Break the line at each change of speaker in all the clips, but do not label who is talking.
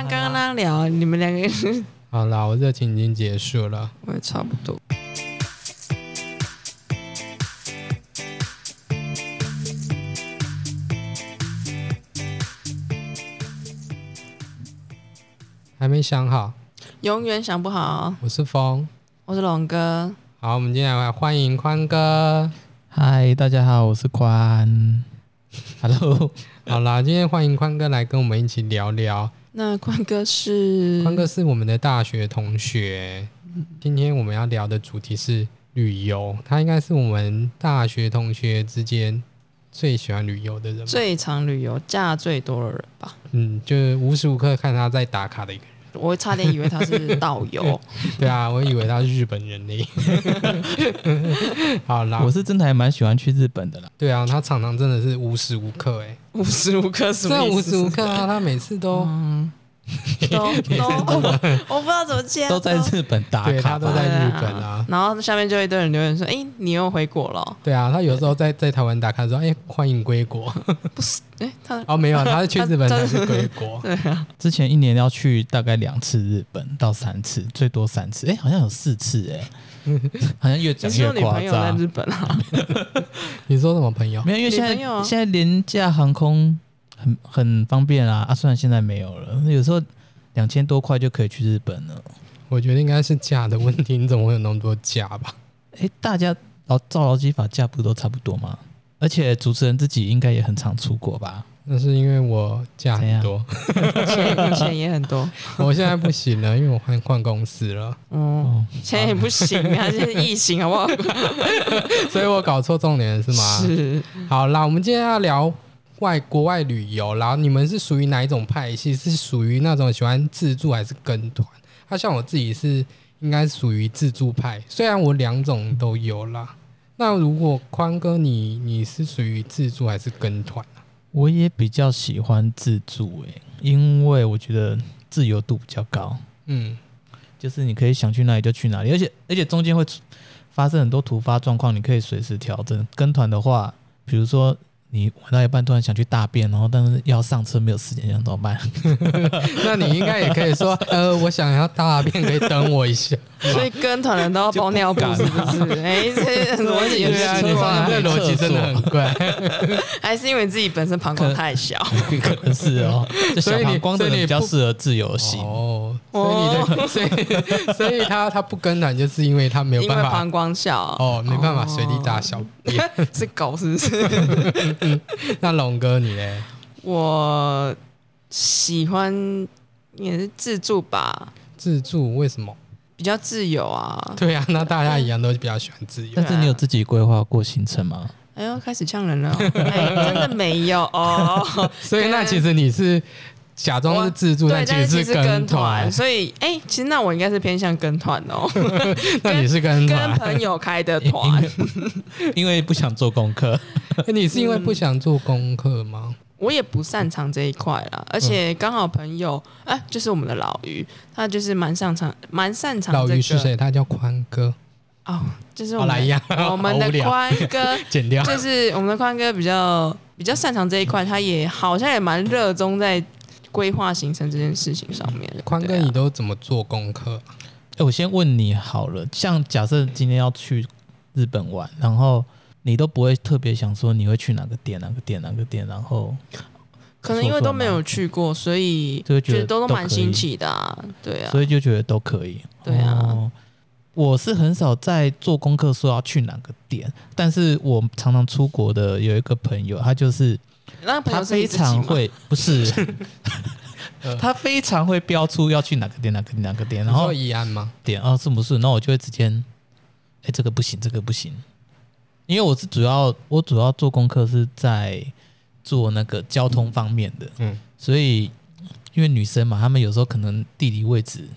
像刚刚那样聊，你们两个
好啦，我热情已经结束了。
我也差不多。
还没想好，
永远想不好。
我是风。
我是龙哥，
好，我们今天来欢迎宽哥。
嗨，大家好，我 是宽。Hello，
好啦，今天欢迎宽哥来跟我们一起聊聊。
那宽哥是
宽哥是我们的大学同学。今天我们要聊的主题是旅游，他应该是我们大学同学之间最喜欢旅游的人吧。
最常旅游、假最多的人吧？
嗯，就是无时无刻看他在打卡的一个人。
我差点以为他是导 游，
对啊，我以为他是日本人呢。 好啦
我，是真的还蛮喜欢去日本的啦。
对啊，他常常真的是无时无刻哎、
无时无刻什
真的
么
无
意
时
思？
无刻啊，他每次都、
嗯，都都， 我不知道怎么接，
都在日本打
对
卡
他都
吧，
在日本
对
啊。
然后下面就一堆人留言说：“哎，你又回国了哦
对啊，他有时候在在台湾打卡说，哎、欢迎 归国。？”
哎，他
哦，没有，他是去日本
他
才是归 国。
之前一年要去大概两次日本到三次，最多三次。哎、好像有四次哎、 好像越
你
讲
是
越
有女
夸
朋友在
张
日。本啊？
你说什么朋友？
没有，因为现在
女朋友啊
现在廉价航空很很方便啊啊，虽然现在没有了，有时候两千多块就可以去日本了。
我觉得应该是假的问题，你怎么会有那么多假吧？
哎、大家劳照劳基法价不都差不多吗？而且主持人自己应该也很常出国吧？
那是因为我假很多，
钱钱也很多，
我现在不行了，因为我换换公司 了，
嗯
哦，
钱也不行啊，现在疫情 好不好？
所以我搞错重点了是吗？
是
好啦，我们今天要聊外国外旅游啦。你们是属于哪一种派系？是属于那种喜欢自助还是跟团？那、像我自己是应该属于自助派，虽然我两种都有啦。那如果宽哥你你是属于自助还是跟团啊？
我也比较喜欢自助诶、因为我觉得自由度比较高，
嗯，
就是你可以想去哪里就去哪里，而且而且中间会出发生很多突发状况，你可以随时调整。跟团的话，比如说你玩到一半突然想去大便，然后但是要上车没有时间，想怎 么办？
那你应该也可以说，呃，我想要大便，可以等我 一下。
所以跟团人都要包尿布，是不是？哎、这逻辑有
对啊，
点
你
奇怪，
说这逻辑真的很怪，
还是因为自己本身膀胱太小？
可能是哦，就
所以
小
你
膀胱的
所以
人
你
比较
不
适合自由行。
哦，所以你的， 所以所以他他不跟团，就是因为他没有
因为
办法
膀胱小，
哦，没办法随地大
哦
小便。
是狗是不是？
那龙哥你嘞？
我喜欢也是自助吧，
自助 为什么？
比较自由啊。
对啊，那大家一样都比较喜欢 自由
但。是你有自己规划过行程吗？
哎呦，开始呛人 了哦、哎，真的没有哦。
所以那其实你是假装是自助，
对，
但其
但是
实
是
跟
跟团，。所以哎、其实那我应该是偏向跟团哦，
那你是跟
跟
团？
朋友开的 团。
因为不想做功课，
哎 你是因为不想做功课吗？
我也不擅长这一块啦，而且刚好朋友，哎、就是我们的老于，他就是蛮擅长，蛮擅长、这
老
个。
于是？谁？他叫宽 哥。
哦，就是我
好
们、
来一样，
我们
好无
的
聊，
宽哥，
剪掉。
就是我们的宽哥比较比较擅长这一块，他也好像也蛮热衷在规划行程这件事情上面。
宽哥，
对啊
你都怎么做功课？
哎、我先问你好了，像假设今天要去日本玩，然后你都不会特别想说你会去哪个店、哪个店、哪个店，然后
可能因为都没有去过，所以
就会觉得
都
都
蛮
可以
新奇的啊。对啊，
所以就觉得都可以。
对啊
哦我是很少在做功课说要去哪个店，但是我常常出国的有一个朋友，他就是
啊那朋
他
友是你
非
自己吗
常，会，不是
呃。
他非常会标出要去哪个店、哪个店、哪个店，
然
然后
后怡安吗？
点啊，是不是？那我就会直接，哎、这个不行，这个不行，因为我是主要我主要做功课是在做那个交通方面的，
嗯，
所以因为女生嘛，她们有时候可能地理位置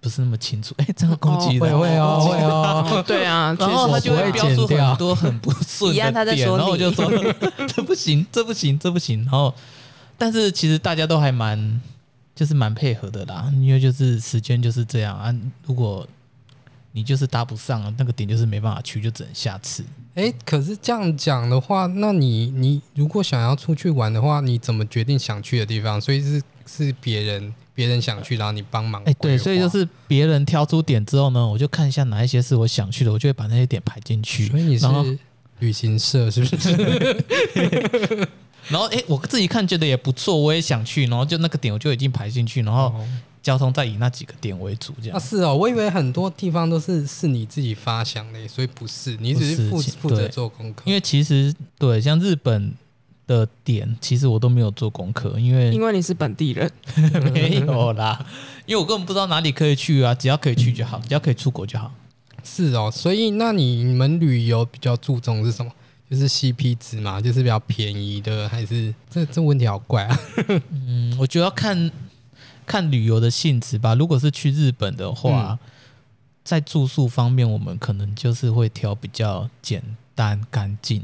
不是那么清楚，哎、这样攻击
哦
的，
会会哦会哦。
哦 对啊，
然后
确实
她就会
我不会
标出
剪掉
很多很 不顺
一样她
的
在
点，
说
然后我
你
就说 这不行，这不行，这不行，然后但是其实大家都还蛮就是蛮配合的啦，因为就是时间就是这样啊，如果你就是搭不上那个点，就是没办法去，就只能下次。
哎，可是这样讲的话，那你你如果想要出去玩的话，你怎么决定想去的地方？所以是是别人别人想去，然后你帮忙
哎、对，
规划
所以就是别人挑出点之后呢，我就看一下哪一些是我想去的，我就会把那些点排进去。
所以你
然后
是旅行社是 不是？
然后哎、我自己看觉得也不错，我也想去，然后就那个点我就已经排进 去，然
嗯
后
哦，
交通再以那几个点为主，这
啊
样。
是哦，我以为很多地方都是是你自己发想的，所以不是，你只是
不
负
是
负责
对
做功课。
因为其实对像日本的点，其实我都没有做功课，因为
因为你是本地人，
没有啦，因为我根本不知道哪里可以去啊，只要可以去就好，只要可以出国就好。
是哦，所以那你你们旅游比较注重是什么？就是 CP 值嘛，就是比较便宜的，还是这这问题好怪啊？
嗯，我觉得要看看旅游的性质吧。如果是去日本的话，在住宿方面，我们可能就是会挑比较简单干净。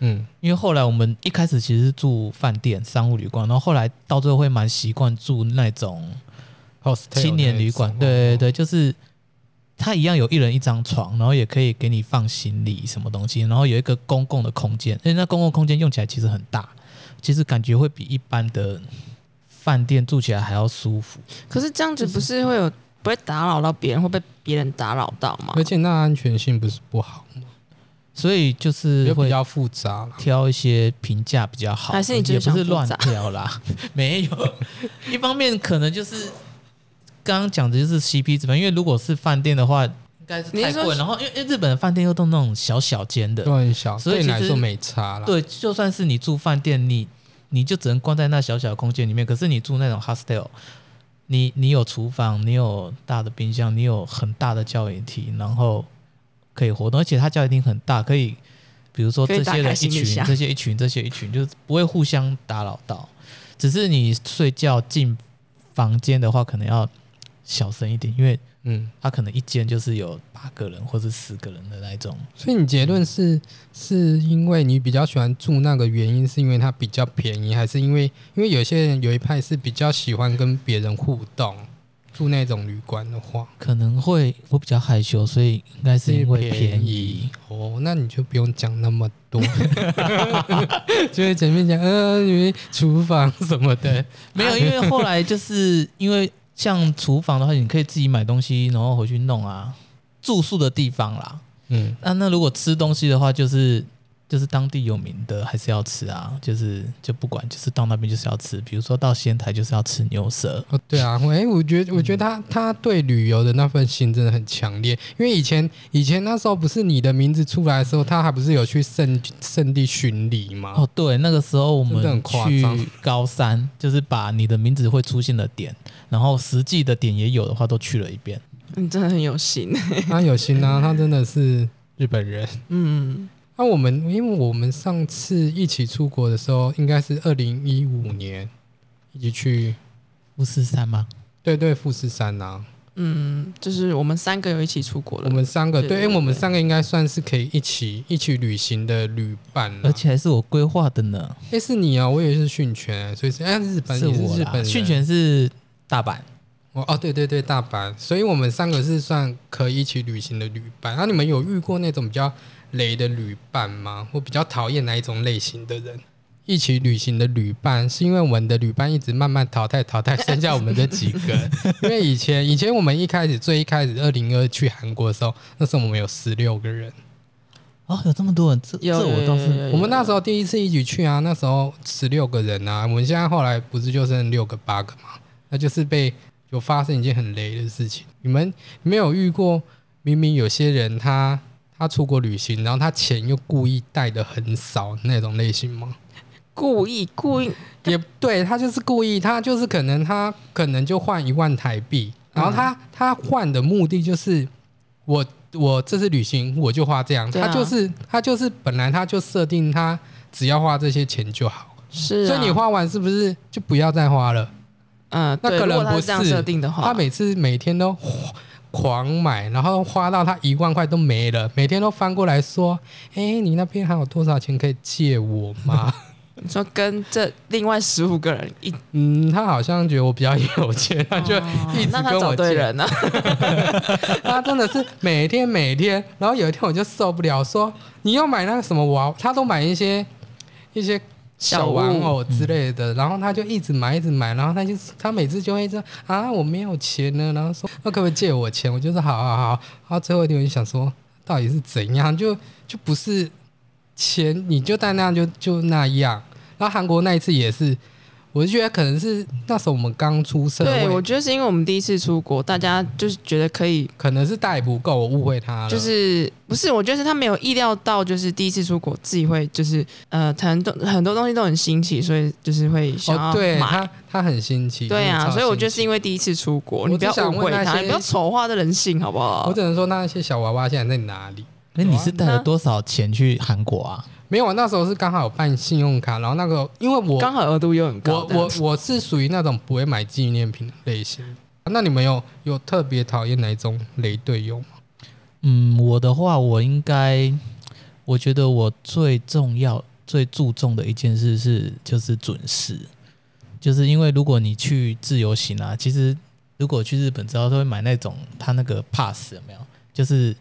嗯，
因为后来我们一开始其实是住饭店、商务旅馆，然后后来到最后会蛮习惯住那种
hostel
青年旅馆
那。一种哦
对对对，就是它一样有一人一张床，然后也可以给你放行李什么东西，然后有一个公共的空间。哎，那公共空间用起来其实很大，其实感觉会比一般的饭店住起来还要舒服。
可是这样子不是会有不会打扰到别人，会被别人打扰到吗？
而且那安全性不是不好，
所以就是
又比
会
较复杂啦。
挑一些评价比较好的，
还是你就是
也不
想
是
复
乱
杂
挑啦？ 没有，一方面可能就是刚刚讲的就是 CP 值嘛，因为如果是饭店的话，应该是
你
太
是说
贵，然后因为因为日本的饭店又都那种小小间的，
都很小，
所以
对你
其
来
实
说没差啦。，
对，就算是你住饭店，你你就只能关在那小小的空间里面。可是你住那种 hostel，你你有厨房，你有大的冰箱，你有很大的教育厅，然后可以活动，而且它教育厅很大，可以比如说
可以
这
打
些
开
人一
行李
群，
箱
这些一群，这些一群，就是不会互相打扰到。只是你睡觉进房间的话，可能要小声一点，因为
嗯，
它可能一间就是有八个人或者十个人的那一种。
所以你结论是，是因为你比较喜欢住那个原因，是因为它比较便宜，还是因为因为有些人有一派是比较喜欢跟别人互动，住那种旅馆的话
可能会我比较害羞，所以应该是因为便宜。
哦，那你就不用讲那么多，就是前面讲呃，因为厨房什么的，
没有，因为后来就是因为像厨房的话，你可以自己买东西，然后回去弄啊。住宿的地方啦，
嗯，
那那如果吃东西的话，就是就是当地有名的还是要吃啊，就是就不管，就是到那边就是要吃，比如说到仙台就是要吃牛舌，
哦，对啊，我哎、我觉
嗯
得，我觉得他他对旅游的那份心真的很强烈，因为以前以前那时候不是你的名字出来的时候，他还不是有去圣圣地巡礼吗？
哦，对，那个时候我
啊真的很
们
夸张
去高三，就是把你的名字会出现的点，然后实际的点也有的话都去了一遍。
你真的很有心，
他有心啊，他真的是日本人。
嗯，
那、我们因为我们上次一起出国的时候，应该是二零一五年一起去，
富士山吗？
对对，富士山啊，
嗯，就是我们三个有一起出国
我
了，
们三个，
对
对，因为
对
我们
对
三个应该算是可以一起一起旅行的旅伴、啊，
而且还是我规划的呢，
哎是你啊，我也是训犬，所以是哎、日本也
我
是日
啦。
本人
训犬是大阪，
哦哦，对对对，大阪，所以我们三个是算可以一起旅行的旅伴。那、你们有遇过那种比较雷的旅伴吗？我比较讨厌哪一种类型的人？一起旅行的旅伴，是因为我们的旅伴一直慢慢淘汰淘汰，剩下我们这几个。因为以前以前我们一开始最一开始二零二去韩国的时候，那时候我们有十六个人，
哦，有这么多人，这
有
这我倒
有有有
是
有
我们那时候第一次一起去啊，那时候十六个人啊，我们现在后来不是就剩六个八个嘛，那就是被有发生一件很雷的事情。你们没有遇过，明明有些人他他出国旅行，然后他钱又故意带的很少那种类型吗？
故意故意，
也对他就是故意，他就是可能他可能就换一万台币，然后
嗯
他、他换的目的就是我我这次旅行我就花这样，
对啊
他就是他就是本来他就设定他只要花这些钱就好，
是、啊，
所以你花完是不是就不要再花了？
嗯，
那
对
个人
如果他
不
这样
是
设定的话，
他每次每天都哗狂买，然后花到他一万块都没了，每天都翻过来说：“哎，你那边还有多少钱可以借我吗？”
你说跟这另外十五个人一，
嗯，他好像觉得我比较有钱，他就一直
哦那
跟
他
我
找对
借。
人了、啊
他真的是每天每天，然后有一天我就受不了，说你要买那个什么娃娃，他都买一些一些
小
小玩
物
偶之类的，然后他就一直买，一直买，然后他就他每次就会说啊我没有钱了，然后说那可不可以借我钱？我就说好好好，然后最后一点我就想说到底是怎样，就就不是钱，你就带那样就就那样。然后韩国那一次也是，我就觉得可能是那时候我们刚出 社
对，我
会，
觉得是因为我们第一次出国，大家就是觉得可以，
可能是带不够，我误会他了，
就是不是？我觉得是他没有意料到，就是第一次出国自己会就是呃，很多很多东西都很新奇，所以就是会想
哦，
要
对
买。
他他很新奇，
对
真
啊，
的超
所以我觉得
新奇
是因为第一次出国，
我
你不要
只想
误会
问那
他，
些
你不要丑化这人性，好不好
我？只能说那些小娃娃现在在哪里？
哎，你
啊
是带了多少钱去韩国啊？
没有，我那时候是刚好有办信用卡，然后那个因为我
刚好额度又很高
我，
这样
我我是属于那种不会买纪念品的类型。那你们有有特别讨厌哪一种雷队友吗？
嗯，我的话，我应该，我觉得我最重要、最注重的一件事是，就是准时。就是因为如果你去自由行啊，其实如果去日本之后，都会买那种他那个 pass 有没有？就是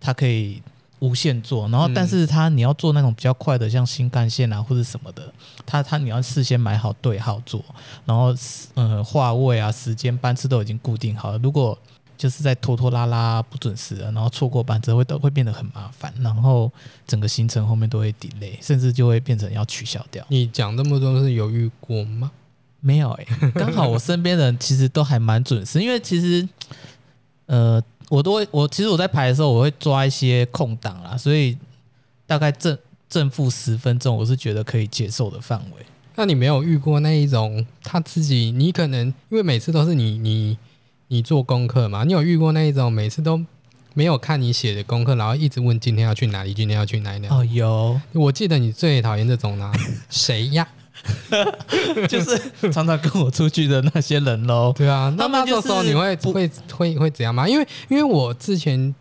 它可以无限坐，然后
嗯
但是它你要坐那种比较快的，像新干线啊或者什么的，它它你要事先买好对号坐，然后呃话位啊、时间、班次都已经固定好了。如果就是在拖拖拉拉不准时啊，然后错过班车会都会变得很麻烦，然后整个行程后面都会 delay，甚至就会变成要取消掉。
你讲这么多是有遇过吗？
没有哎、刚好我身边的人其实都还蛮准时，因为其实呃，我都会我其实我在排的时候，我会抓一些空档啦，所以大概正正负十分钟，我是觉得可以接受的范围。
那你没有遇过那一种他自己，你可能因为每次都是你你你做功课嘛，你有遇过那一种每次都没有看你写的功课，然后一直问今天要去哪里，今天要去哪里？
哦，有，
我记得你最讨厌这种 啦、谁呀？
就是常常跟我出去的那些人喽。
对啊，那
他们
那
就
这时候
是
你会
不
会会会怎样吗？因为因为我之前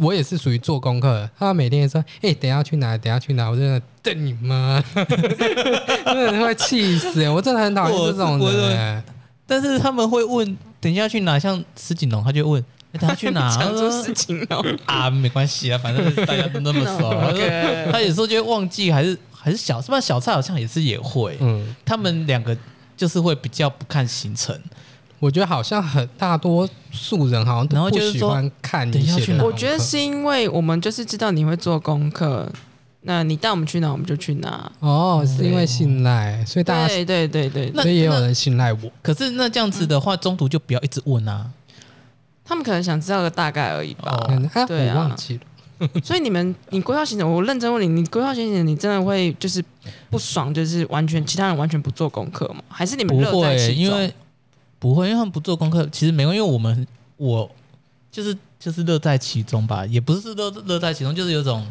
我也是属于做功课，他每天说：“哎、等一下去哪？等一下去哪？”我真的瞪你 妈，真的会气死、欸我真的欸嗯很讨厌这种
我
人、
但是他们会问，等一下去哪？像石井龙，他就问，欸、等一下去哪？
讲出事情了。
啊，没关系啊，反正大家都那么 熟。
哦
他说他有时候就会忘记，还是还是小，是吧？小蔡好像也是也会，
嗯，
他们两个就是会比较不看行程。
我觉得好像很大多数人好像
然
都
后
不
就是
喜
说
欢看
等
你
一下
写
去
的
哪
功
我
课。
觉得是因为我们就是知道你会做功课，那你带我们去哪，我们就去哪。
哦，是因为信赖，所以大家
对对对对，
那
所以也有
那
人信赖我。
可是那这样子的
嗯
话，中途就不要一直问啊。
他们可能想知道个大概而已吧。
哦
嗯哎、
对
我
啊
忘记了，
所以你们，你规划行程，我认真问你，你规划行程，你真的会就是不爽，就是完全其他人完全不做功课吗？还是你们
不
乐在
会，
其中？
因为不会，因为他们不做功课，其实没关系，因为我们我就是就是乐在其中吧，也不是乐乐在其中，就是有种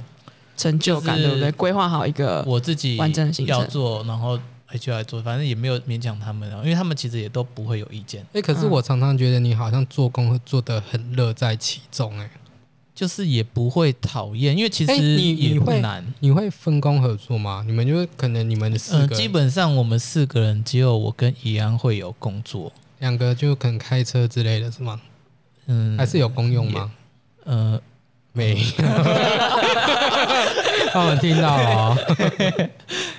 成就感，
就是
对不对？规划好一个，
我自己
完整的行程
要做，然后 H I 做，反正也没有勉强他们啊，因为他们其实也都不会有意见，
哎、可是
嗯
我常常觉得你好像做功课做得很乐在其中、哎。
就是也不会讨厌，因为其
哎
实
你
也
你
不
会
难。
你会分工合作吗？你们就是可能你们四
呃，
个，
基本上我们四个人只有我跟怡安会有工作，
两个就可能开车之类的是吗？
嗯，
还是有公用吗？
呃，
没有， 他们听到了哦、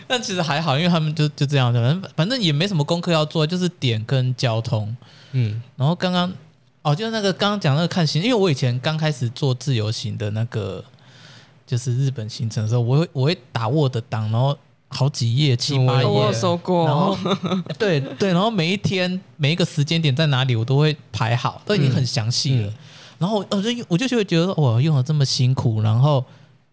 但其实还好，因为他们就就这样，反正反正也没什么功课要做，就是点跟交通。
嗯，
然后刚刚哦，就是那个刚刚讲那个看行，因为我以前刚开始做自由行的那个就是日本行程的时候，我会我会打 Word 档，然后好几页七
嗯我
八
也
哦
页，
我有收
哎然后
过，
对对，然后每一天每一个时间点在哪里，我都会排好，都已经很详细了。
嗯
然后我就我就就会觉得我用的这么辛苦，然后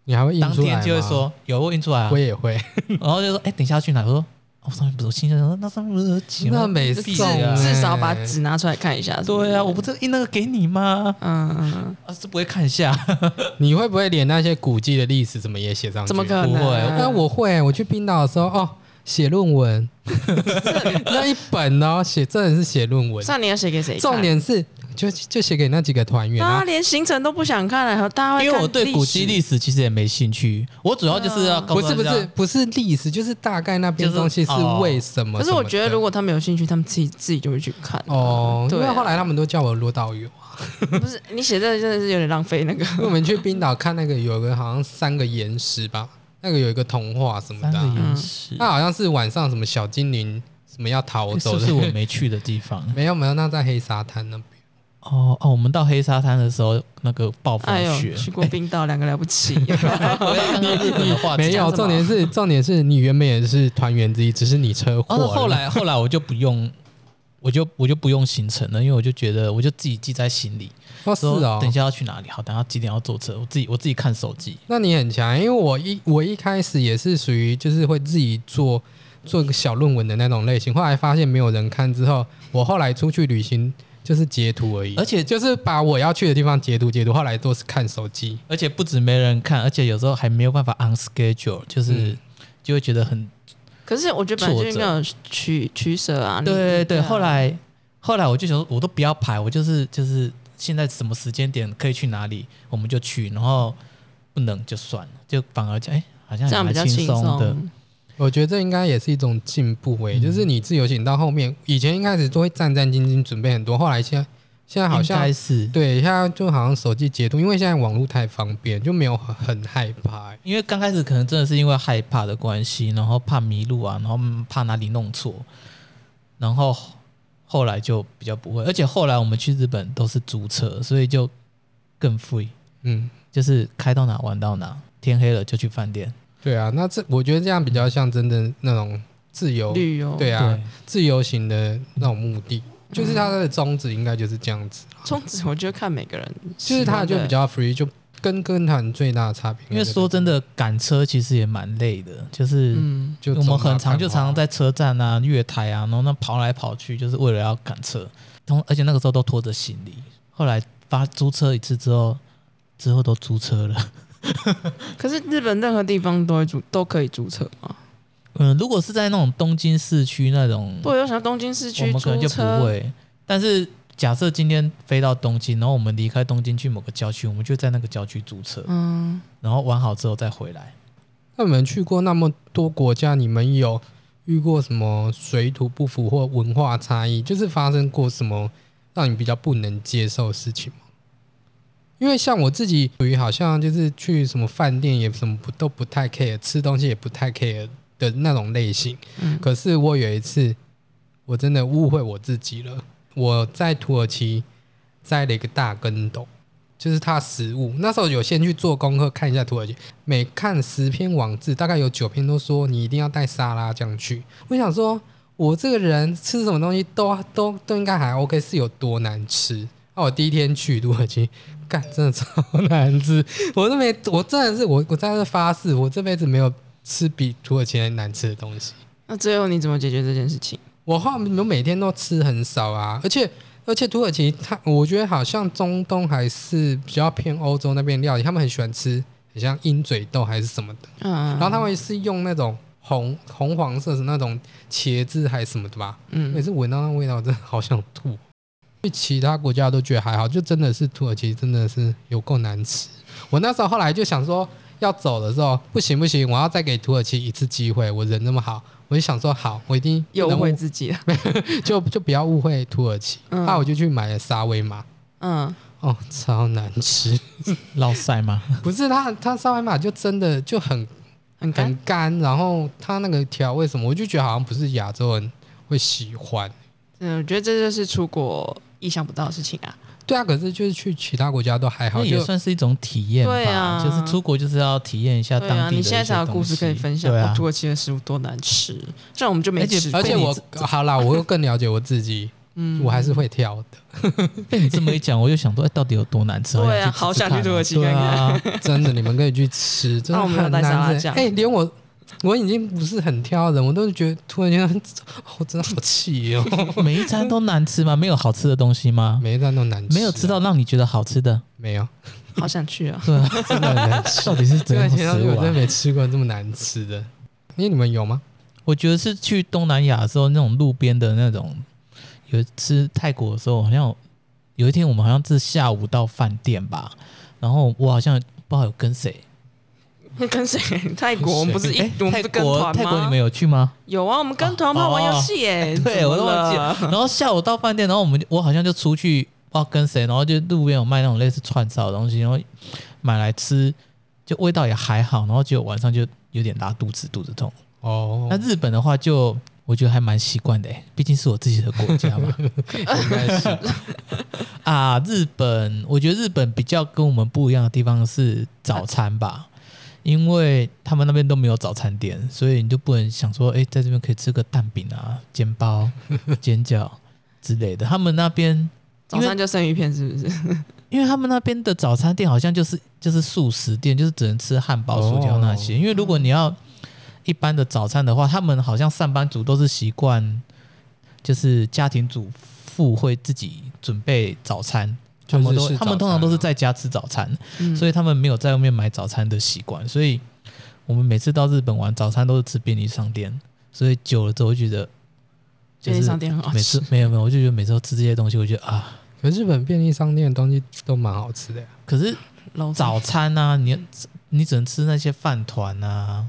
你还会印
当
出来
天
吗？
就会说有我印出来啊
我，也会，
然后就说哎、等一下要去哪？我说哦上面不是我心想说那上面不是有几
那
吗？
没
至
送、欸，
啊
至少把纸拿出来看一下。是不是
对啊，我不是印那个给你吗？
嗯嗯，嗯
啊是不会看 一下，
你会不会连那些古迹的历史怎么也写上去？
怎么可能？
不会
那我会，我去冰岛的时候哦，写论 文，那一本哦，写真的是写论
嗯
文。
上你要写给谁看？
重点是，就就写给那几个团员
大
啊
家，连行程都不想看了，大家会
因为我对古
迹
迹历史其实也没兴趣，我主要就是要告
嗯不
诉
是不
大家
是不是历史，就是大概那边
就是
东西是
哦
为什么什么的。
可是我觉得，如果他们有兴趣，他们自己自己就会去看啊。
哦，因
对
为
啊，
后来他们都叫我罗啊导游，
不是 你写这个真的是有点浪费那个。
因为我们去冰岛看那个有个好像三个岩石吧，那个有一个童话什么
三
的
个
啊、
岩石，
那好像是晚上什么小精灵什么要逃
是
走
不
的，
是我没去的地方
？没有没有，那在黑沙滩那边。
哦哦，我们到黑沙滩的时候，那个暴风
哎
雪
呦，，去过冰岛，两个了不 起，有没有
我要看看日本的话题
没
讲什
有，
么
重点是重点是你原本也是团员之一，只是你车祸
哦，
了、
那后来后来我就不用，我就我就不用行程了，因为我就觉得我就自己记在心里。
哦是
说
哦，
等一下要去哪里？好，等一下几点要坐车？我自己我自己看手机。
那你很强，因为我一我一开始也是属于就是会自己做做个小论文的那种类型，后来发现没有人看之后，我后来出去旅行就是截图而已，
而且
就是把我要去的地方截图截图，后来都是看手机。
而且不止没人看，而且有时候还没有办法 on schedule，就是、
嗯
就会觉得很
可是我觉得本来就应该有取取舍啊。你
对对对。
啊
后来后来我就想说，我都不要排，我就是就是现在什么时间点可以去哪里，我们就去，然后不能就算了，就反而就哎、好像
这
也
样比
蛮
较轻
轻松的。
松。
我觉得这应该也是一种进步
嗯
诶、就是你自由行到后面，以前一开始都会战战兢兢准备很多，后来现在现在好
应
像
该是
对，现在就好像手机截图，因为现在网络太方便，就没有很很害怕、欸。
因为刚开始可能真的是因为害怕的关系，然后怕迷路啊，然后怕哪里弄错，然后后来就比较不会，而且后来我们去日本都是租车，所以就更 free，
嗯，
就是开到哪玩到哪，天黑了就去饭店。
对啊，那这我觉得这样比较像真的那种自由，
旅游，嗯
对啊，自由行的那种目的，就是它的宗旨应该就是这样子，
宗旨我觉得看每个人
就
喜欢
是它
哦的，
就比较 free，就跟跟团最大的差别。
因为说真，的，赶车其实也蛮累的，就是
嗯，
就
我们很
长
常就常常在车站啊、月台啊，然后那跑来跑去，就是为了要赶车。通而且那个时候都拖着行李，后来发租车一次之后，之后都租车了。
可是日本任何地方都会注都可以注册吗？
嗯，如果是在那种东京市区那种，
不，我就想东京市
我
区
们可能
租
就不
车，
会。但是假设今天飞到东京，然后我们离开东京去某个郊区，我们就在那个郊区租车，
嗯，
然后玩好之后再回来。
那你们去过那么多国家，你们有遇过什么水土不服或文化差异？就是发生过什么让你比较不能接受的事情吗？因为像我自己属于好像就是去什么饭店也什么不都不太 care，吃东西也不太 care 的那种类型。
嗯
可是我有一次我真的误会我自己了，我在土耳其栽了一个大跟斗。就是它食物，那时候有先去做功课看一下土耳其，每看十篇网志，大概有九篇都说你一定要带沙拉酱去。我想说，我这个人吃什么东西都都都应该还 OK，是有多难吃？那、我第一天去土耳其，干真的超难吃， 我都没，我真的是我我在这发誓，我这辈子没有吃比土耳其人难吃的东西。
那最后你怎么解决这件事情？
我后面每天都吃很少啊，而且而且土耳其它，我觉得好像中东还是比较偏欧洲那边料理，他们很喜欢吃很像鹰嘴豆还是什么的，
嗯，
然后他们是用那种红红黄色的那种茄子还是什么的吧，每
嗯，
次闻到那味道，我真的好想吐。去其他国家都觉得还好，就真的是土耳其真的是有够难吃。我那时候后来就想说，要走的时候不行不行，我要再给土耳其一次机会。我人那么好，我就想说好，我一定不
又
能
误
误
会自己了，
就就不要误会土耳其。那、
嗯
我就去买了沙威玛，
嗯，
哦，超难 吃。
绕赛吗？
不是它，它沙威玛就真的就很
很干
哎
很，干，然后它那个调味什么，我就觉得好像不是亚洲人会喜欢。
嗯，我觉得这就是出国意想不到的事情啊，
对啊，可是就是去其他国家都还
那
好，
也
就
算是一种体验吧。
对啊
就是出国就是要体验一下
对
当地的
啊，你
一些
现在才有故事可以
东西
分享，
对啊
哦土，耳其的食物多难吃，这样我们就没
而且
吃过，
而且我好 啦，我又更了解我自己，
嗯
我还是会挑的，
被你这么一讲，我就想说，哎，到底有多难吃？
对啊
好想去
好想去土耳
吃
其
吃看啊对啊，
真的，你们可以去吃，真
那
的
我没有
很
带沙拉
难吃。
酱
哎、连我我已经不是很挑的人，我都觉得突然间，哦我、真的好气哦，
啊每一餐都难吃吗？没有好吃的东西吗？
每一站都难吃啊、
没有吃到让你觉得好吃的，
没有。
好想去啊，
对啊，
真的很难 吃。
到底是
这
怎样
个
的
前
食
上我
物
真的
啊？
没吃过这么难吃的。因为你们有吗？
我觉得是去东南亚的时候，那种路边的那种，有吃泰国的时候，好像有有一天我们好像是下午到饭店吧，然后我好像不知道有跟谁，
跟谁？泰国？我们不是一
哎，
我们
泰
不是跟
国
团
泰国你们
吗？
有去吗？
有啊，我们跟团嘛
哦
玩游戏耶，
对
怎么
我都忘记了
了。。
然后下午到饭店，然后我们就我好像就出去，不知道跟谁，然后就路边有卖那种类似串烧的东西，然后买来吃，就味道也还好，然后结果晚上就有点拉肚子，肚子痛。
哦
那，日本的话就，我觉得还蛮习惯的、欸，毕竟是我自己的国家嘛。
应该是
啊，日本，我觉得日本比较跟我们不一样的地方是早餐吧，因为他们那边都没有早餐店，所以你就不能想说，哎、在这边可以吃个蛋饼啊、煎包、煎饺之类的。他们那边，
早上就生鱼片是不是？
因为他们那边的早餐店好像就是就是素食店，就是只能吃汉堡、薯条那些。
哦
因为如果你要一般的早餐的话，他们好像上班族都是习惯，就是家庭主妇会自己准备早餐。他们
就是
都
吃
他们通常都是
早餐啊
在家吃早餐，
嗯
所以他们没有在外面买早餐的习惯。所以我们每次到日本玩，早餐都是吃便利商店。所以久了之后，我就觉得
便利商店很好
每
吃
次。没有没有，我就觉得每次都吃这些东西，我觉得啊，
啊可是日本便利商店的东西都蛮好吃的呀。
可是
楼层
早餐啊，你你只能吃那些饭团啊，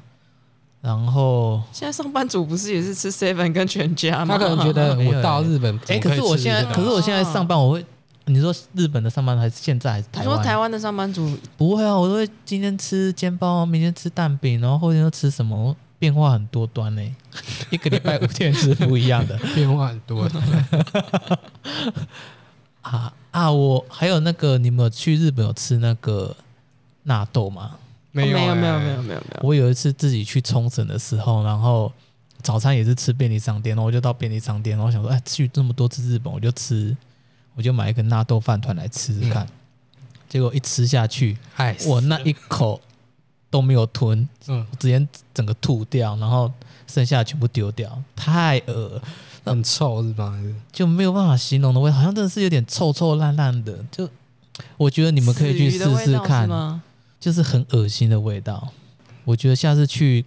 然后
现在上班族不是也是吃 seven 跟全家吗？
他可能觉得
没有
我到日本，
哎、
怎么
可
以
是我
吃
现在
这个
可是我现在上班，我会你说日本的上班还是现在还是
你
台
说
湾？
台湾的上班族
不会啊，我都会今天吃煎包，明天吃蛋饼，然后后天又吃什么，变化很多端呢、 一个礼拜五天是不一样的
变化很多，
啊啊！我还有那个，你们有去日本有吃那个纳豆吗？
哦
有哎
没
没
有没
哎
有没有没有没有，
我有一次自己去冲绳的时候，然后早餐也是吃便利商店，然后我就到便利商店，然后想说，哎，去这么多次日本，我就吃，我就买一个纳豆饭团来吃吃
嗯
看。结果一吃下去，
哎，
我那一口都没有吞，
嗯，
我直接整个吐掉，然后剩下的全部丢掉，太恶了
很臭是吧？
就没有办法形容的味道，好像真的是有点臭臭烂烂的。就我觉得你们可以去
死鱼
试
的味
试
道是
看，
吗？
就是很恶心的味道。我觉得下次去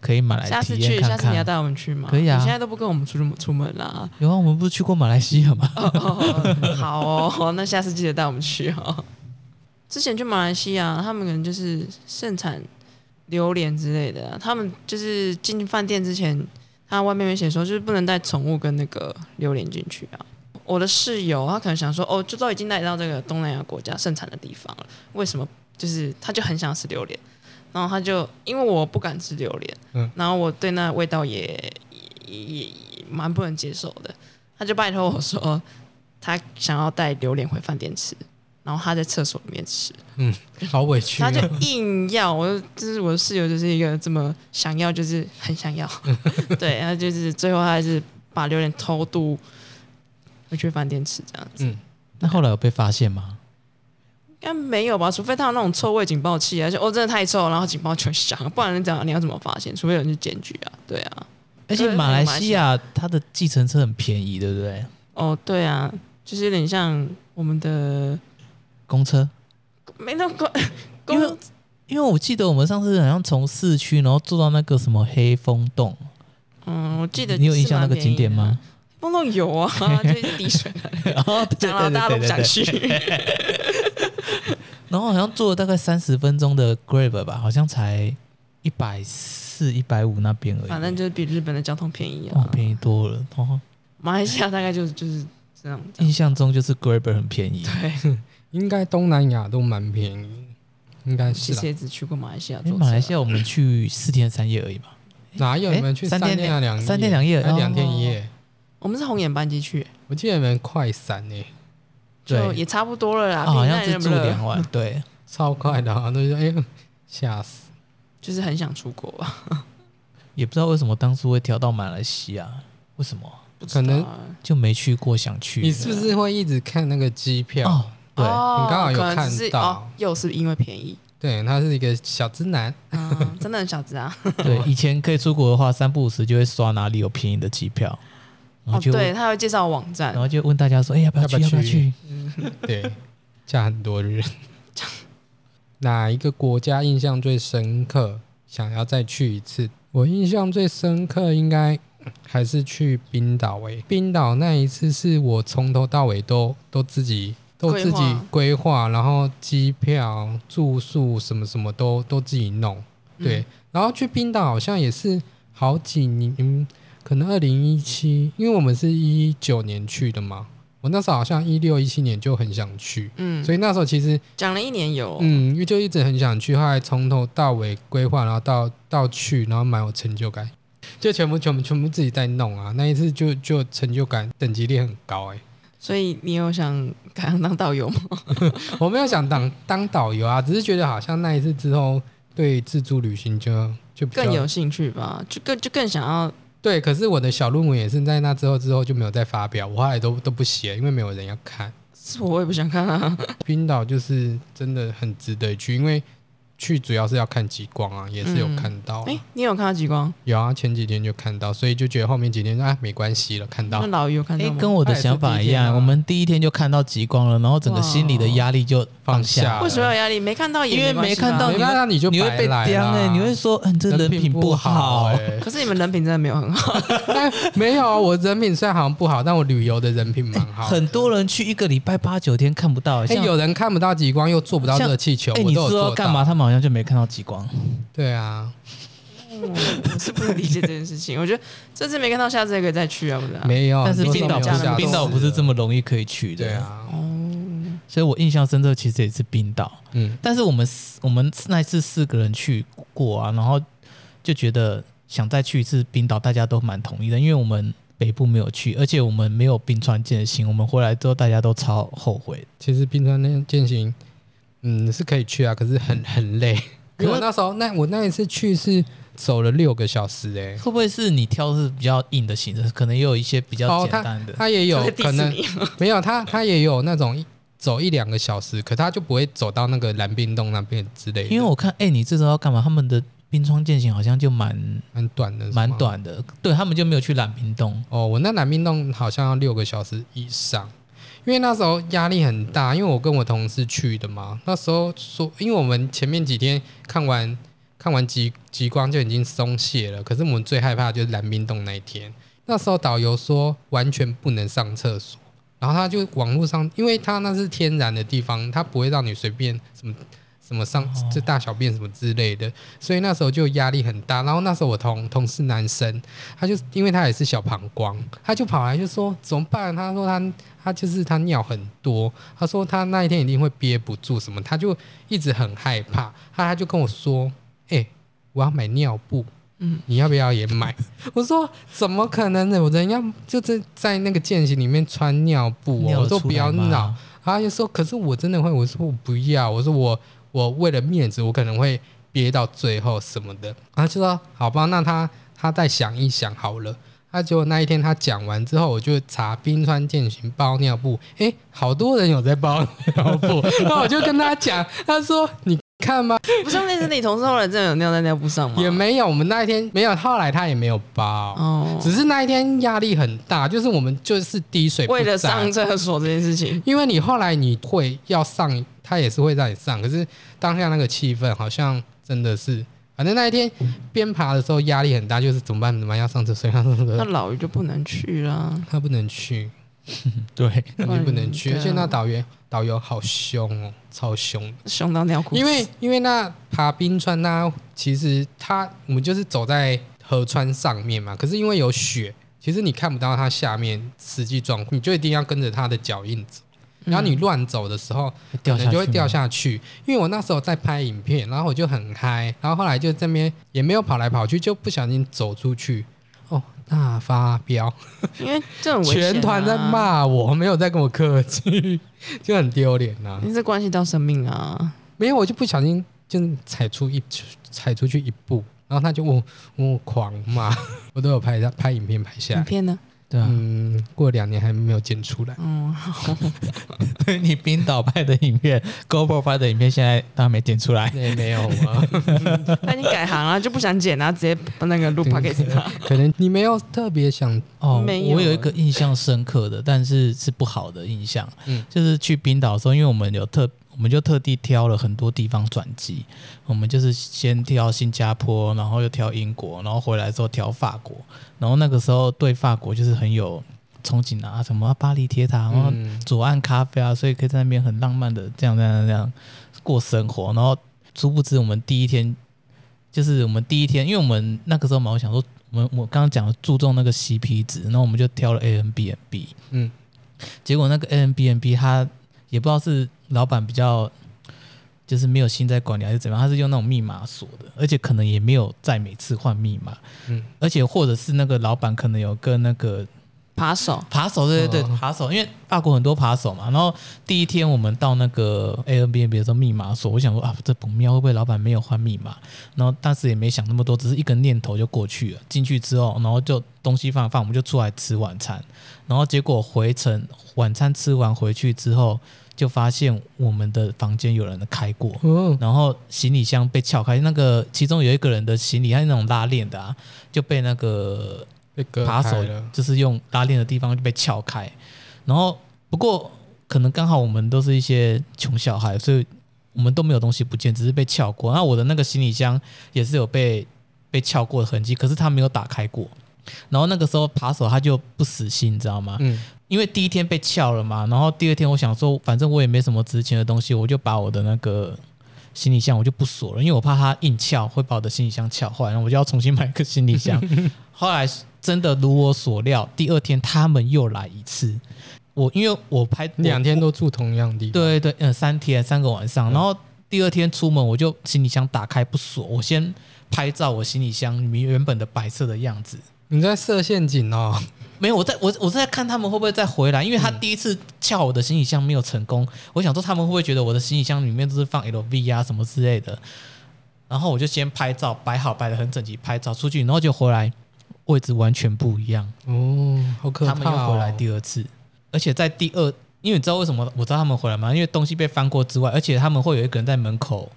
可以买来
下次
体
去
验，看
下次你要
看。
带我们去吗？
可以啊
你现在都不跟我们出出门啦。
有啊，我们不是去过马来西 亚吗？
哦哦哦好哦，那下次记得带我们去哦。之前去马来西亚，啊他们可能就是盛产榴莲之类的啊，他们就是进饭店之前，他外面没写说就是不能带宠物跟那个榴莲进去啊。我的室友他可能想说，哦，就都已经来到这个东南亚国家盛产的地方了，为什么就是他就很想吃榴莲，然后他就因为我不敢吃榴莲，
嗯
然后我对那味道也也也也蛮不能接受的，他就拜托我说，他想要带榴莲回饭店吃，然后他在厕所里面吃，
好委屈
他
啊，
就硬要，我就就是我的室友就是一个这么想要，就是很想 要，对，然后就是最后他还是把榴莲偷渡回去饭店吃这样子，
嗯，
那后来有被发现吗？
应该没有吧？除非他有那种臭味警报器啊，就哦真的太臭，然后警报就响，不然你怎样你要怎么发现？除非有人去检举啊，对啊，
而且马来西亚它的计程车很便宜，对不对？
哦对啊，就是有点像我们的
公车，
没那 个
因为因为我记得我们上次好像从市区，然后坐到那个什么黑风洞，
嗯，我记得
你有
是
印象那
蛮
个
便宜
景点
的啊
吗？
风洞有 啊，就是滴水，
哦，对
讲了大家都不想。去。
然后好像坐了大概三十分钟的 Grab 吧，好像才一百四、一百五那边而已，
反正就是比日本的交通便宜
哇
啊，，
哦便宜多了。哦然后
马来西亚大概就是就是这样子。
印象中就是 Grab 很便宜，
对，
应该东南亚都蛮便宜，应该是
其
啦
实。也只去过马来西亚
因
坐
为
车。
哎马来西亚我们去四天三夜而已嘛，
哪有
诶
你们去
三天
天啊两
三天两夜
还
哦
两天一夜？
我们是红眼班机去，
我记得你们快闪呢，
就
对
也差不多了啦。
啊，好像
是
是住两晚，对，
超快的，啊，都是哎呦吓死！
就是很想出国吧？
也不知道为什么当初会调到马来西亚，为什么
不知
可能
道啊
就没去过想去？
你是不是会一直看那个机票？
哦，对，
哦
你刚好有
可能只是
看到
哦又是因为便 宜
对，他是一个小直男，
啊，真的很小资啊。
对，以前可以出国的话，三不五时就会刷哪里有便宜的机票，然
哦，
后就、
对，他会介绍网站
然，后就问大家说，哎、要不要去？
要
要
不
不
要
要
去
去？
对，嫁很多人。 哪一个国家印象最深刻？想要再去一次？我印象最深刻应该还是去冰岛诶、冰岛那一次是我从头到尾都都自己都自己规划，然后机票、住宿什么什么都都自己弄。对，然后去冰岛好像也是好几年，嗯可能二零一七，因为我们是一九年去的嘛，我那时候好像一六一七年就很想去，
嗯，哦
所以那时候其实
讲了一年有，
嗯，因为就一直很想去，后来从头到尾规划，然后到到去，然后蛮有成就感，就全部全部全部自己在弄啊。那一次就就成就感等级列很高哎、
所以你有想改行当导游吗？
我没有想
嗯
当当导游啊，只是觉得好像那一次之后对自助旅行就就比较
更有兴趣吧，就更就更想要
对。可是我的小论文也是在那之后之后就没有再发表，我后来都都不写，因为没有人要看。
是我我也不想看啊。
冰岛就是真的很值得去，因为去主要是要看极光啊，也是有
嗯
看到啊、
哎、你有看到极光？
有啊，前几天就看到，所以就觉得后面几天啊没关系了，看到
那老于有看
哎、
到吗？
跟我的想法一样，我们第一天就看到极光了，然后整个心里的压力就放
哇
下
我
为什么有压力？没看到也
因为
关系吧
没看到
没看到你就
你会被
白来
刁
啦
哎、你会说，嗯，这人品不好。啊
欸
可是你们人品真的没有很好，
但没有，啊我人品虽然好像不好，但我旅游的人品蛮好的。
很多人去一个礼拜八九天看不到、
哎，
像
有人看不到极光，又做不到热气球，
哎、
我
你
都有
说
做
要
到
干嘛？？他们好像就没看到极光。
对啊，
我是不能理解这件事 情。我觉得这次没看到，下次也可以再去啊，不是、啊？
没有。
但是
很多
冰
时候没有
岛不
假
是
的
下
冰岛
次
不是这
了
么容易可以去的，
对。啊，
哦，
所以我印象深刻，其实也是冰岛。
嗯，
但是我们四我们那一次四个人去过啊，然后就觉得想再去一次冰岛，大家都蛮同意的，因为我们北部没有去，而且我们没有冰川健行，我们回来之后大家都超后悔。
其实冰川那践行，嗯，是可以去啊，可是很很累。 因为我那时候，那我那一次去是走了六个小时 哎、
会不会是你挑的是比较硬的行程，可能也有一些比较
哦，
简
他
单的？
他也有
这是迪
可
士
能
尼
没有，他他也有那种一走一两个小时，可他就不会走到那个蓝冰洞那边之类的，
因为我看，哎、你这周要干嘛？他们的冰川健行好像就蛮
蛮短的，是吗
蛮。短
嗯
的，对他们就没有去蓝冰洞。
哦，我那蓝冰洞好像要六个小时以上，因为那时候压力很大，因为我跟我同事去的嘛，那时候说，因为我们前面几天看完看完极极光就已经松懈了，可是我们最害怕的就是蓝冰洞那一天。那时候导游说完全不能上厕所，然后他就网络上，因为他那是天然的地方，他不会让你随便什么什么
哦
上就大小便什么之类的，所以那时候就压力很大。然后那时候我同同事男生，他就因为他也是小膀胱，他就跑来就说怎么办？他说他他就是他尿很多，他说他那一天一定会憋不住什么，他就一直很害怕，他他就跟我说，哎、我要买尿布。
嗯，
你要不要也买？ 我说怎么可能呢？我人要就是在那个践行里面穿尿布、哦，
尿
我说
出
不
来
要
吗
闹，他就说：“可是我真的会。”我说：“我不要。”我说我：“我为了面子，我可能会憋到最后什么的。”然后就说：“好吧，那他他再想一想好了。”他结果那一天他讲完之后，我就查冰川健行包尿布，诶，好多人有在包尿布。 那我就跟他讲，他说：“你看吗？
不是那次你同事后来真的有尿在尿布上吗？
也没有，我们那一天没有。后来他也没有包。
哦，
只是那一天压力很大，就是我们就是滴水不
为了
沾
上厕所这件事情，
因为你后来你会要上，他也是会让你上，可是当下那个气氛好像真的是，反正那一天边爬的时候压力很大，就是怎么办？怎么办？要上厕所，要上厕
那
所，
老于就不能去啦。
他不能去，
对，
他就不能去，
嗯对啊
而且那导游导游好凶哦，超凶。
凶到尿裤子，
因为因为那爬冰川那其实它我们就是走在河川上面嘛，可是因为有雪，其实你看不到它下面实际状况，你就一定要跟着它的脚印走。然后你
嗯
乱走的时候，
掉
可
下
能
去
就会掉
吗。
下去。因为我那时候在拍影片，然后我就很嗨，然后后来就这边也没有跑来跑去，就不小心走出去，哦，大发飙，
因为这很危险、啊，
全团在，骂我，没有在跟我客气， 就很丢脸呐。
你这关系到生命啊！
没有，我就不小心就是踩出一踩出去一步，然后他就问我问我狂骂， 我都有拍下拍影片拍下
影
来。
片呢？
对啊，
嗯，过了两年还没有剪出来。
嗯，好，
你冰岛拍的影片，GoPro 拍的影片，现在当然没剪出来。
那也没有啊，
那你改行了就不想剪了、直接把那个录 p o d c 他。
可能你没有特别想
哦，
没有
我有一个印象深刻的，但是是不好的印象，
嗯
就是去冰岛的时候，因为我们有特，我们就特地挑了很多地方转机，我们就是先挑新加坡，然后又挑英国，然后回来之后挑法国，然后那个时候对法国就是很有憧憬啊，什么巴黎铁塔，然后
嗯
左岸咖啡啊，所以可以在那边很浪漫的这样这样这样过生活。然后殊不知我们第一天就是我们第一天，因为我们那个时候嘛，我想说我们我刚刚讲的注重那个 CP 值，然后我们就挑了 a n b n b
嗯，
结果那个 a m b n b 他也不知道是老板比较就是没有心在管理还是怎么样，他是用那种密码锁的，而且可能也没有在每次换密码，
嗯
而且或者是那个老板可能有跟那个
扒手，
扒手，对对对，
哦
扒手，因为法国很多扒手嘛。然后第一天我们到那个 Airbnb 的时候，密码锁，我想说啊，这不妙，会不会老板没有换密码？然后当时也没想那么多，只是一个念头就过去了。进去之后，然后就东西放一放，我们就出来吃晚餐。然后结果回程晚餐吃完回去之后，就发现我们的房间有人开过，
嗯，
然后行李箱被撬开，那个其中有一个人的行李，他是那种拉链的啊，就被那个
被割
扒手
开了，
就是用拉链的地方就被撬开，然后不过可能刚好我们都是一些穷小孩，所以我们都没有东西不见，只是被撬过。那我的那个行李箱也是有被被撬过的痕迹，可是他没有打开过。然后那个时候扒手他就不死心，你知道吗？
嗯，
因为第一天被撬了嘛，然后第二天我想说，反正我也没什么值钱的东西，我就把我的那个行李箱我就不锁了，因为我怕它硬撬会把我的行李箱撬坏，然后我就要重新买一个行 李箱。后来真的如我所料，第二天他们又来一次，我因为我拍
两天都住同样地方，
对对，嗯，三天三个晚上，
嗯
然后第二天出门我就行李箱打开不锁，我先拍照我行李箱里面原本的白色的样子，
你在设陷阱哦，
没有，我在我我在看他们会不会再回来，因为他第一次撬我的行李箱没有成功，我想说他们会不会觉得我的行李箱里面都是放 LV 啊什么之类的，然后我就先拍照，摆好摆的很整齐，拍照出去，然后就回来，位置完全不一样，
哦，好可怕、
他
哦，
们又回来第二次，而且在第二，因为你知道为什么我知道他们回来吗？因为东西被翻过之外，而且他们会有一个人在门口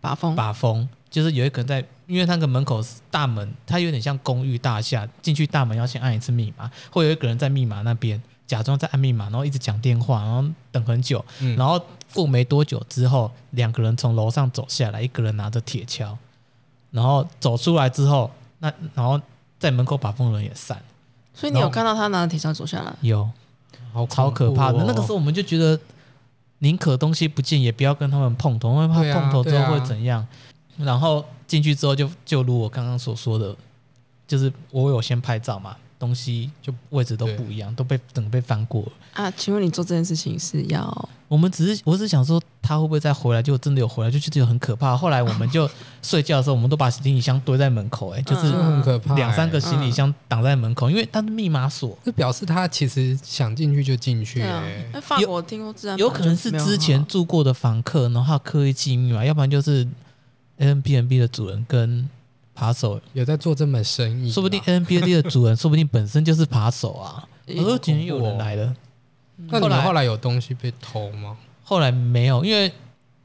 把风，
把风，就是有一个人在，因为那个门口是大门，它有点像公寓大厦，进去大门要先按一次密码，会有一个人在密码那边假装在按密码，然后一直讲电话，然后等很久，
嗯
然后过没多久之后，两个人从楼上走下来，一个人拿着铁锹，然后走出来之后，那然后在门口把风的人也散了，
所以你有
然后
看到他拿着铁锹走下来，
有
好恐怖哦
超可怕的。那个时候我们就觉得，宁可东西不见，也不要跟他们碰头，因为
对
怕
啊
碰头之
对啊
后会怎样。然后进去之后就就如我刚刚所说的，就是我有先拍照嘛，东西就位置都
对
不一样，都被整个被翻过了。
啊，请问你做这件事情是要
我们只是，我只是想说他会不会再回来，就真的有回来，就觉得很可怕。后来我们就睡觉的时候，我们都把行李箱堆在门口、哎，就
真的
是
很嗯可怕、
两三个
欸
行李箱挡在门口，因为它是密码锁，
这表示他其实想进去就进去、
对啊
欸？
那法国听说治安
有可能是之前住过的房客，然后他刻意记密码，要不然就是 a n b n b 的主人跟扒手，
有在做这门生意，啊
说不定 a n b n b 的主人说不定本身就是扒手 啊。我
呃
说今天有人来了，
那你
后
们
来
后来有东西被偷吗？
后来没有，因为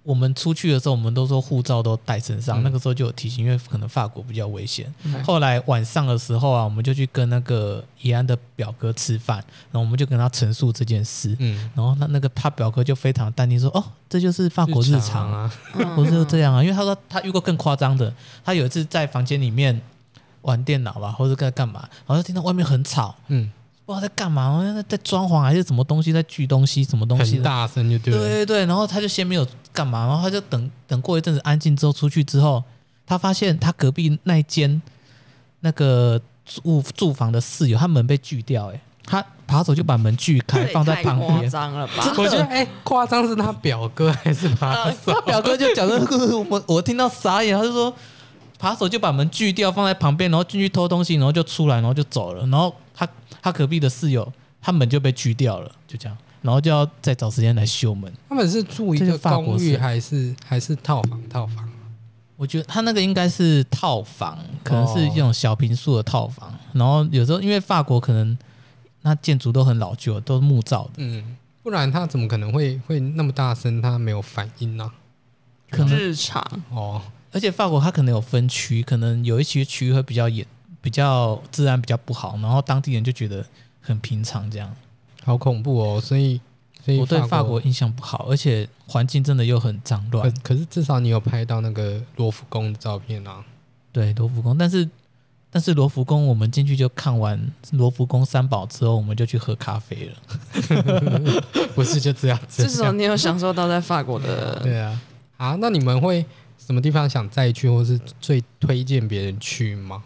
我们出去的时候，我们都说护照都带身上，
嗯
那个时候就有提醒，因为可能法国比较危险。
嗯
后来晚上的时候啊，我们就去跟那个怡安的表哥吃饭，然后我们就跟他陈述这件事。
嗯，
然后那那个他表哥就非常淡定说：“哦，这就是法国日常啊。”
啊，
不是这样啊，因为他说他遇过更夸张的，他有一次在房间里面玩电脑吧，或者在干嘛，然后就听到外面很吵，
嗯，
不知道在干嘛，好像在在装潢还是什么东西，在锯东西，什么东西
很
的。
大声就对
对
了，
对对，然后他就先没有干嘛，然后他就等等过一阵子安静之后出去之后，他发现他隔壁那一间那个住住房的室友，他门被锯掉、欸，他扒手就把门锯开，放在旁
夸
边，
张了
啊
吧？
我觉得哎，夸张是他表哥还是 他
他表哥就讲这个故事， 我我听到傻眼，他就说扒手就把门锯掉，放在旁边，然后进去偷东西，然后就出来，然后就走了。然后他他隔壁的室友，他门就被锯掉了，就这样，然后就要再找时间来修门。
他们是住一
这
个
是法国
公寓
式
还是还是套房？套房
我觉得他那个应该是套房，可能是一种小平数的套房。然后有时候因为法国可能那建筑都很老旧，都是木造的，
嗯，不然他怎么可能会会那么大声？他没有反应呢、
可能
日常
哦，
而且法国它可能有分区，可能有一些区会比较严，比较治安比较不好，然后当地人就觉得很平常这样。
好恐怖哦！所以，所以
我对法国印象不好，而且环境真的又很脏
可
乱。
可是至少你有拍到那个罗浮宫的照片啊。
对罗浮宫，但是但是罗浮宫我们进去就看完罗浮宫三宝之后，我们就去喝咖啡了。
不是就这样子
至。少你有享受到在法国的
对啊，啊，那你们会什么地方想再去，或是最推荐别人去吗？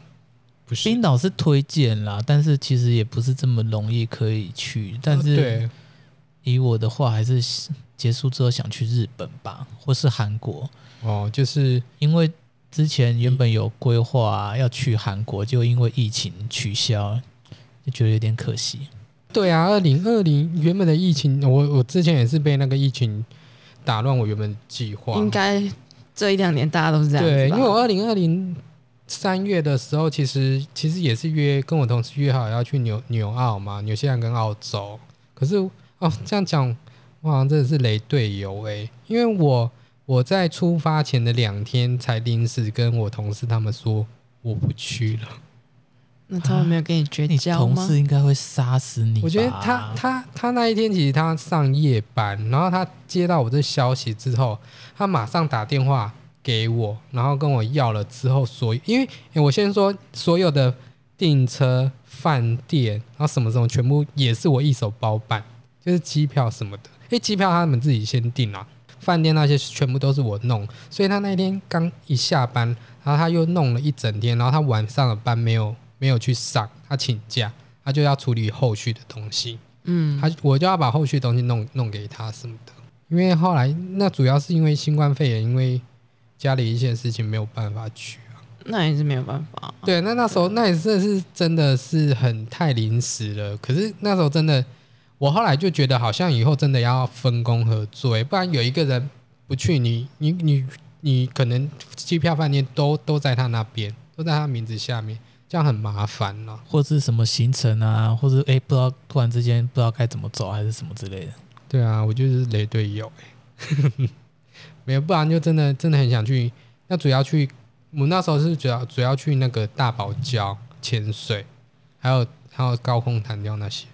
不是，
冰岛是推荐啦，但是其实也不是这么容易可以去，但是
呃对，
以我的话，还是结束之后想去日本吧，或是韩国，
哦，就是
因为之前原本有规划、要去韩国，就因为疫情取消，就觉得有点可惜。
对啊，二零二零原本的疫情，我我之前也是被那个疫情打乱我原本的计划，
应该这一两年大家都是这样子
对，因
吧
为我二零二零三月的时候，其实其实也是约跟我同事约好要去纽纽澳嘛，纽西兰跟澳洲。可是哦，这样讲，我好像真的是雷队友诶、因为我我在出发前的两天才临时跟我同事他们说我不去了。
那他们没有跟你绝
你
交
啊同
吗？
事应该会杀死你吧。
我觉得他他他那一天其实他上夜班，然后他接到我这消息之后，他马上打电话给我，然后跟我要了之后所有，因为、诶我先说所有的订车、饭店，然后什么什么，全部也是我一手包办，就是机票什么的。因为机票他们自己先订啊，饭店那些全部都是我弄，所以他那一天刚一下班，然后他又弄了一整天，然后他晚上的班没有没有去上，他请假。他就要处理后续的东西，
嗯，
他我就要把后续的东西弄弄给他什么的。因为后来那主要是因为新冠肺炎，因为家里一些事情没有办法去啊。
那也是没有办法。
哦对，那那时候那也真的是真的是很太临时了。可是那时候真的，我后来就觉得好像以后真的要分工合作、欸，不然有一个人不去，你你你你可能机票、饭店都都在他那边，都在他名字下面，这样很麻烦哦了、
或是什么行程啊，或者哎、诶不知道突然之间不知道该怎么走，还是什么之类的。
对啊，我就是雷队友、欸， 没有，不然就真的真的很想去。那主要去，我那时候是主要主要去那个大堡礁潜水，还有还有高空弹跳那些，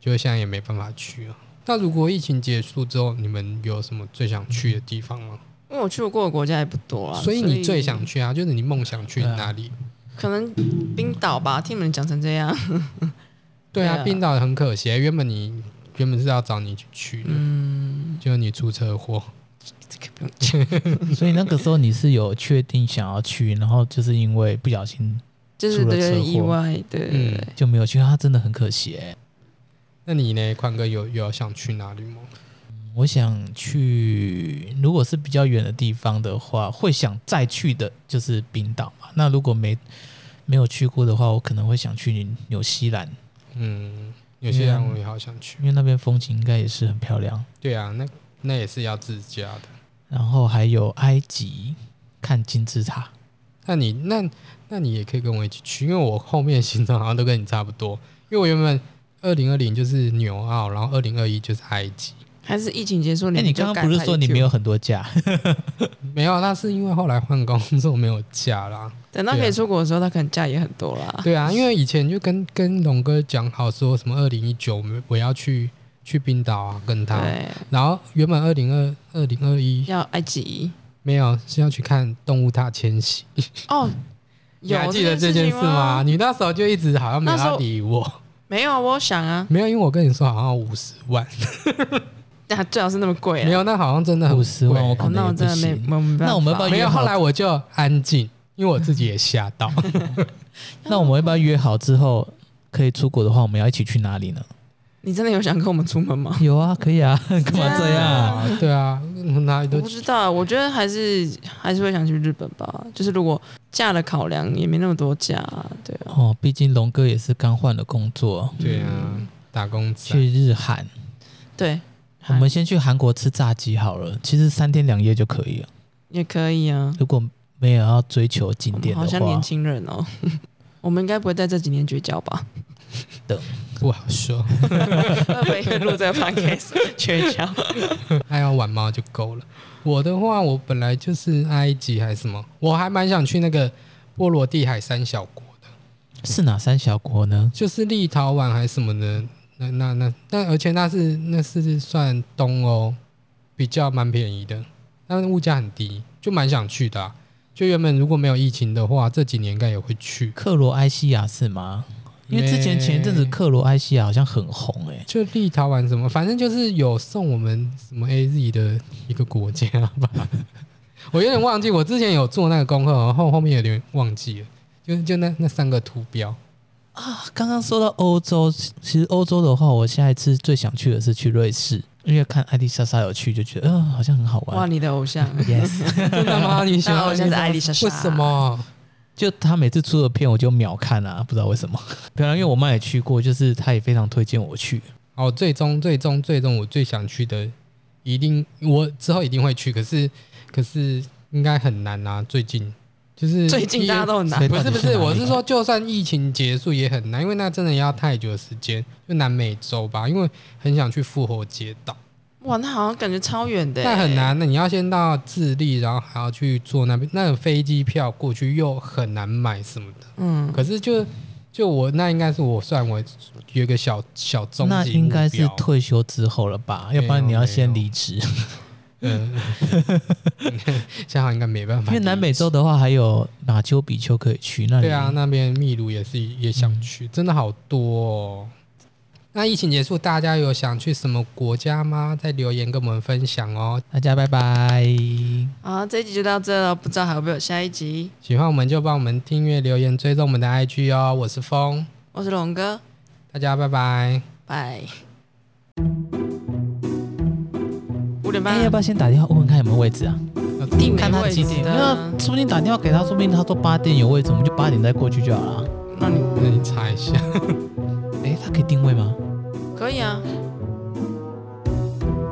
就现在也没办法去了。那如果疫情结束之后，你们有什么最想去的地方吗？
因为我去过的国家也不多啊，
所以你最想去啊，就是你梦想去
对啊
哪里？
可能冰岛吧？听你们讲成这样，
对啊，
对啊
冰岛很可惜，原本你原本是要找你去去的，结果你出车祸。
这个不用
所以那个时候你是有确定想要去，然后就是因为不小心
就是
出了
有
车祸嗯
点意外，对对对。
就没有去，他啊真的很可惜哎、
嗯那你呢，宽哥有有想去哪里吗？
我想去，如果是比较远的地方的话，会想再去的就是冰岛嘛。那如果没没有去过的话，我可能会想去纽西兰，
嗯，有些人我也好想去。
因为那边风景应该也是很漂亮。
对啊，那那也是要自驾的。
然后还有埃及看金字塔，
那你那那你也可以跟我一起去，因为我后面的行程好像都跟你差不多。因为我原本二零二零就是纽澳，然后二零二一就是埃及。
还是疫情结束，
哎、
们
你
就
刚刚
赶
不是
快
说你
去
没有很多假？
没有，啊那是因为后来换工作没有假啦。
啊等到可以出国的时候，他可能假也很多啦。
啊对啊，因为以前就跟跟龙哥讲好说什么二零一九我们我要去去冰岛啊，跟他。
对，
然后原本二零二二零二一
要埃及
没有是要去看动物大迁徙。
哦，
你还
有
记得这件事吗？
吗？
你那时候就一直好像没有
那时
要
候
理我，
没有啊，我有想啊，
没有，因为我跟你说好像五十万，
那最好是那么贵啊。
没有，那好像真的很
50万
贵
我可
哦，那我
能也
真的
不
没
行，
我没办法。
那我们要不要
没有。
约好
后来我就安静，因为我自己也吓 到。
那我们要不要约好之后可以出国的话，我们要一起去哪里呢？
你真的有想跟我们出门吗？
有啊，可以啊， 干嘛这样啊？
啊，对啊，哪里
我
都
不知道，我觉得还是还是会想去日本吧。就是如果假的考量也没那么多假啊，对啊，
哦，毕竟龙哥也是刚换了工作，
对啊，打工仔。
去日韩。
对，
我们先去韩国吃炸鸡好了，其实三天两夜就可以了。
也可以啊。
如果没有要追求景
我们
点
好
的
像年
话，
轻人哦， 我们应该不会在这几年绝交吧？
不好说，
会不会录这个 podcast 绝交？
还哎要玩猫就够了。我的话，我本来就是埃及还是什么，我还蛮想去那个波罗的海三小国的，
是哪三小国呢？
就是立陶宛还是什么的，那那那那，而且那是那是算东欧，比较蛮便宜的，但物价很低，就蛮想去的啊、就原本如果没有疫情的话，这几年应该也会去。
克罗埃西亚是吗？因为之前
没
前一阵子克罗埃西亚好像很红欸诶、
就立陶宛什么，反正就是有送我们什么 A Z 的一个国家吧。 我有点忘记，我之前有做那个功课，然后后面有点忘记了，就就那那三个图标，
啊，刚刚说到欧洲，其其实欧洲的话，我下一次最想去的是去瑞士，因为看艾丽莎莎有去，就觉得嗯、呃好像很好
哇，
玩。
你的偶像
Yes，
真的吗？你喜欢
那我现在是艾丽莎莎
为什么？
就她每次出的片我就秒看啊，不知道为什么。 可能因为我妈也去过，就是她也非常推荐我去。
哦，最终最终最终我最想去的，一定我之后一定会去，可是可是应该很难啊，最近就是
最近大家都很
所
难
以。
不是不
到底
是，
哪里
我是说，就算疫情结束也很难，因为那真的要太久的时间，就南美洲吧，因为很想去复活节岛，
哇，那好像感觉超远的，欸
但很。难。那你要先到智利，然后还要去坐那边，那个飞机票过去又很难买什么的。
嗯，
可是就就我那应该是我算我有一个小小终极
那应该
目
是
标
退休之后了吧？要不
没
然
有
你要先
没有
离职，
嗯，香港应该没办法，
因为南美洲的话还有马丘比丘可以去。那嗯
对啊，
你，
那边秘鲁也是也想去，真的好多、哦。那疫情结束，大家有想去什么国家吗？在留言跟我们分享哦。
大家拜拜。
好，这一集就到这了，不知道还有没有下一集？
喜欢我们就帮我们订阅、留言、追踪我们的 IG 哦。我是风，
我是龙哥，
大家拜拜。
拜。五点
哎、
半
要不要先打电话问问看有没有位置啊？
一定
看
没
他
位
几
置
点，
的嗯
那。说不定打电话给他，说不定他说八点有位置，我们就八点再过去就好了啊。
那你
那你查一下，
哎，他可以定位吗？
可以啊，